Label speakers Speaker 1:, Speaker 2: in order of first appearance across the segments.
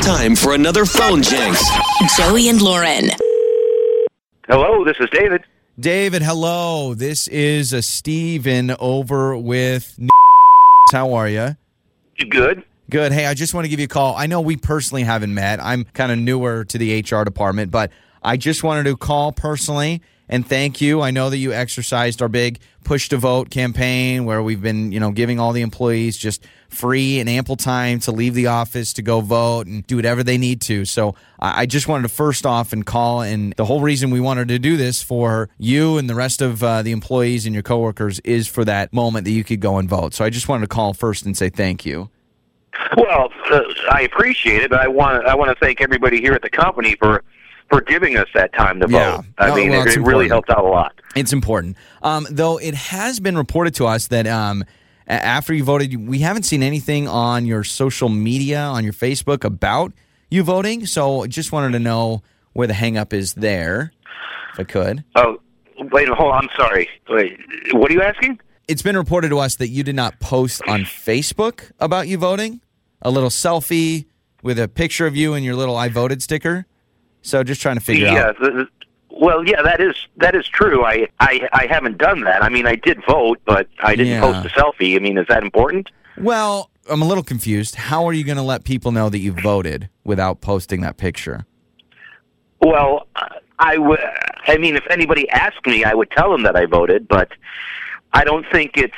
Speaker 1: time for another phone jinx.
Speaker 2: Joey and Lauren.
Speaker 3: Hello, this is David.
Speaker 4: David, hello. This is a Steven over with. How are you?
Speaker 3: You good?
Speaker 4: Good. Hey, I just want to give you a call. I know we personally haven't met. I'm kind of newer to the HR department, but I just wanted to call personally and thank you. I know that you exercised our big push to vote campaign where we've been, you know, giving all the employees just free and ample time to leave the office to go vote and do whatever they need to. So I I just wanted to first off and call and the whole reason we wanted to do this for you and the rest of uh, the employees and your coworkers is for that moment that you could go and vote. So I just wanted to call first and say thank you.
Speaker 3: Well, uh, I appreciate it, but I want I want to thank everybody here at the company for for giving us that time to vote.
Speaker 4: Yeah.
Speaker 3: I
Speaker 4: No,
Speaker 3: mean,
Speaker 4: well,
Speaker 3: it,
Speaker 4: it's
Speaker 3: it really
Speaker 4: important.
Speaker 3: helped out a lot.
Speaker 4: It's important. Um, though it has been reported to us that um, a- after you voted, you- we haven't seen anything on your social media, on your Facebook about you voting. So just wanted to know where the hang up is there, if I could.
Speaker 3: Oh, wait, hold on. I'm sorry. Wait, what are you asking?
Speaker 4: It's been reported to us that you did not post on Facebook about you voting, a little selfie with a picture of you and your little I voted sticker. So just trying to figure out.
Speaker 3: Yeah. th- th- uh, well, yeah, that is that is true. I, I I haven't done that. I mean, I did vote, but I didn't
Speaker 4: Yeah.
Speaker 3: post a selfie. I mean, is that important?
Speaker 4: Well, I'm a little confused. How are you going to let people know that you voted without posting that picture?
Speaker 3: Well, I would. I mean, if anybody asked me, I would tell them that I voted, but I don't think it's.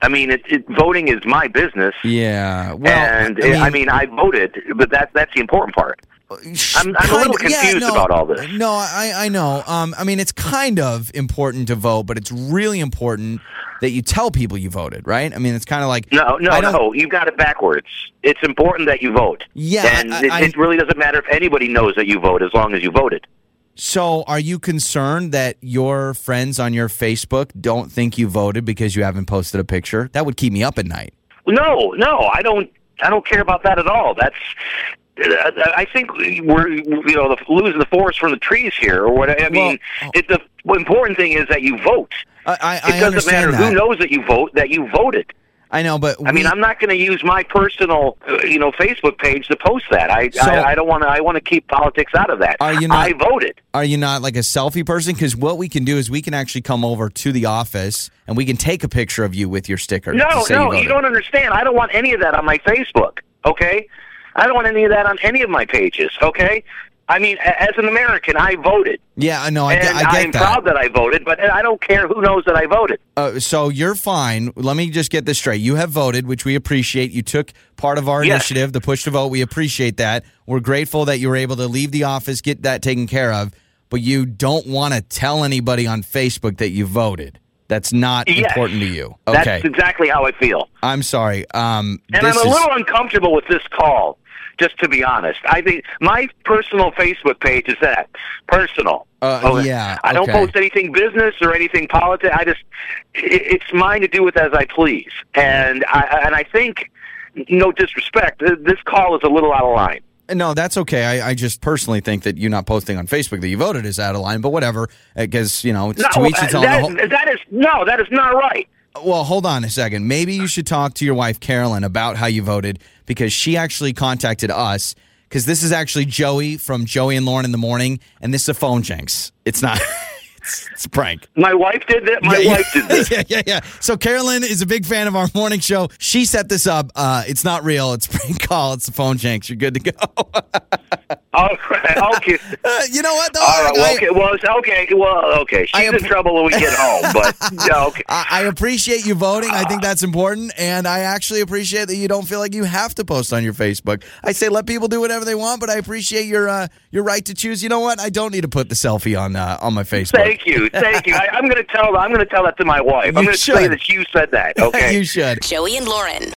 Speaker 3: I mean, it, it, voting is my business,
Speaker 4: Yeah. Well,
Speaker 3: and eh,
Speaker 4: I mean,
Speaker 3: I mean, I voted, but that's that's the important part. I'm a little
Speaker 4: kind of- yeah,
Speaker 3: confused
Speaker 4: no,
Speaker 3: about all this.
Speaker 4: No, I, I know. Um, I mean, it's kind of important to vote, but it's really important that you tell people you voted, right? I mean, it's kind of like
Speaker 3: No, no,
Speaker 4: I don't-
Speaker 3: no. You got it backwards. It's important that you vote.
Speaker 4: Yeah,
Speaker 3: and
Speaker 4: I-
Speaker 3: it,
Speaker 4: I-
Speaker 3: it really doesn't matter if anybody knows that you vote, as long as you voted.
Speaker 4: So, are you concerned that your friends on your Facebook don't think you voted because you haven't posted a picture? That would keep me up at night.
Speaker 3: No, no, I don't. I don't care about that at all. That's. I I think we're you know the, losing the forest from the trees here, or what. I mean,
Speaker 4: Well- oh.
Speaker 3: it, the important thing is that you vote.
Speaker 4: I,
Speaker 3: It
Speaker 4: I, I
Speaker 3: doesn't matter
Speaker 4: understand that.
Speaker 3: who knows that you vote that you voted.
Speaker 4: I know, but
Speaker 3: I mean,
Speaker 4: we-
Speaker 3: I'm not going to use my personal, uh, you know, Facebook page to post that. I,
Speaker 4: So-
Speaker 3: I, I don't want to. I want to keep politics out of that.
Speaker 4: Are you not-
Speaker 3: I voted.
Speaker 4: are you not like a selfie person? Because what we can do is we can actually come over to the office and we can take a picture of you with your sticker. to
Speaker 3: No,
Speaker 4: say
Speaker 3: no, you,
Speaker 4: voted.
Speaker 3: don't understand. I don't want any of that on my Facebook. Okay, I don't want any of that on any of my pages. Okay, I mean, a- as an American, I voted,
Speaker 4: Yeah, I know. I,
Speaker 3: and
Speaker 4: get, I get
Speaker 3: am
Speaker 4: that.
Speaker 3: proud that I voted. But I don't care who knows that I voted.
Speaker 4: Uh, so you're fine. Let me just get this straight. You have voted, which we appreciate. You took part of our
Speaker 3: Yes.
Speaker 4: initiative, the push to vote. We appreciate that. We're grateful that you were able to leave the office, get that taken care of. But you don't want to tell anybody on Facebook that you voted. That's not
Speaker 3: Yes.
Speaker 4: important to you.
Speaker 3: That's
Speaker 4: Okay,
Speaker 3: exactly how I feel.
Speaker 4: I'm sorry. Um,
Speaker 3: And
Speaker 4: this
Speaker 3: I'm a
Speaker 4: is-
Speaker 3: little uncomfortable with this call, just to be honest. I think my personal Facebook page is that personal.
Speaker 4: Uh,
Speaker 3: Oh,
Speaker 4: yeah,
Speaker 3: I don't
Speaker 4: okay.
Speaker 3: post anything business or anything politics. I just it, it's mine to do with as I please. And I and I think no disrespect, th- this call is a little out of line.
Speaker 4: No, that's okay. I, I just personally think that you not posting on Facebook that you voted is out of line, but whatever. Because, you know, it's
Speaker 3: No, uh,
Speaker 4: to each his own. The
Speaker 3: that-
Speaker 4: whole-
Speaker 3: that is no, that is not right.
Speaker 4: Well, hold on a second. Maybe you should talk to your wife, Carolyn, about how you voted because she actually contacted us because this is actually Joey from Joey and Lauren in the Morning, and this is a phone jinx. It's not, it's, it's a prank.
Speaker 3: My wife did that. My
Speaker 4: Yeah,
Speaker 3: wife
Speaker 4: yeah.
Speaker 3: did this.
Speaker 4: yeah, yeah, yeah. So Carolyn is a big fan of our morning show. She set this up. Uh, it's not real. It's a prank call. It's a phone jinx. You're good to go.
Speaker 3: All right, Oh, okay.
Speaker 4: Uh, you know what? Though?
Speaker 3: All right,
Speaker 4: Like,
Speaker 3: well, okay,
Speaker 4: I-
Speaker 3: well, it's okay, well, okay.
Speaker 4: I
Speaker 3: She's in
Speaker 4: appre-
Speaker 3: trouble when we get home, but yeah, okay.
Speaker 4: I, I appreciate you voting. I think that's important. And I actually appreciate that you don't feel like you have to post on your Facebook. I say let people do whatever they want, but I appreciate your uh, your right to choose. You know what? I don't need to put the selfie on uh, on my Facebook.
Speaker 3: Thank you, thank you. I, I'm going to tell. I'm going to tell that to my wife.
Speaker 4: You
Speaker 3: I'm going to say
Speaker 4: should.
Speaker 3: that you said that. Okay.
Speaker 4: you should.
Speaker 2: Joey and Lauren.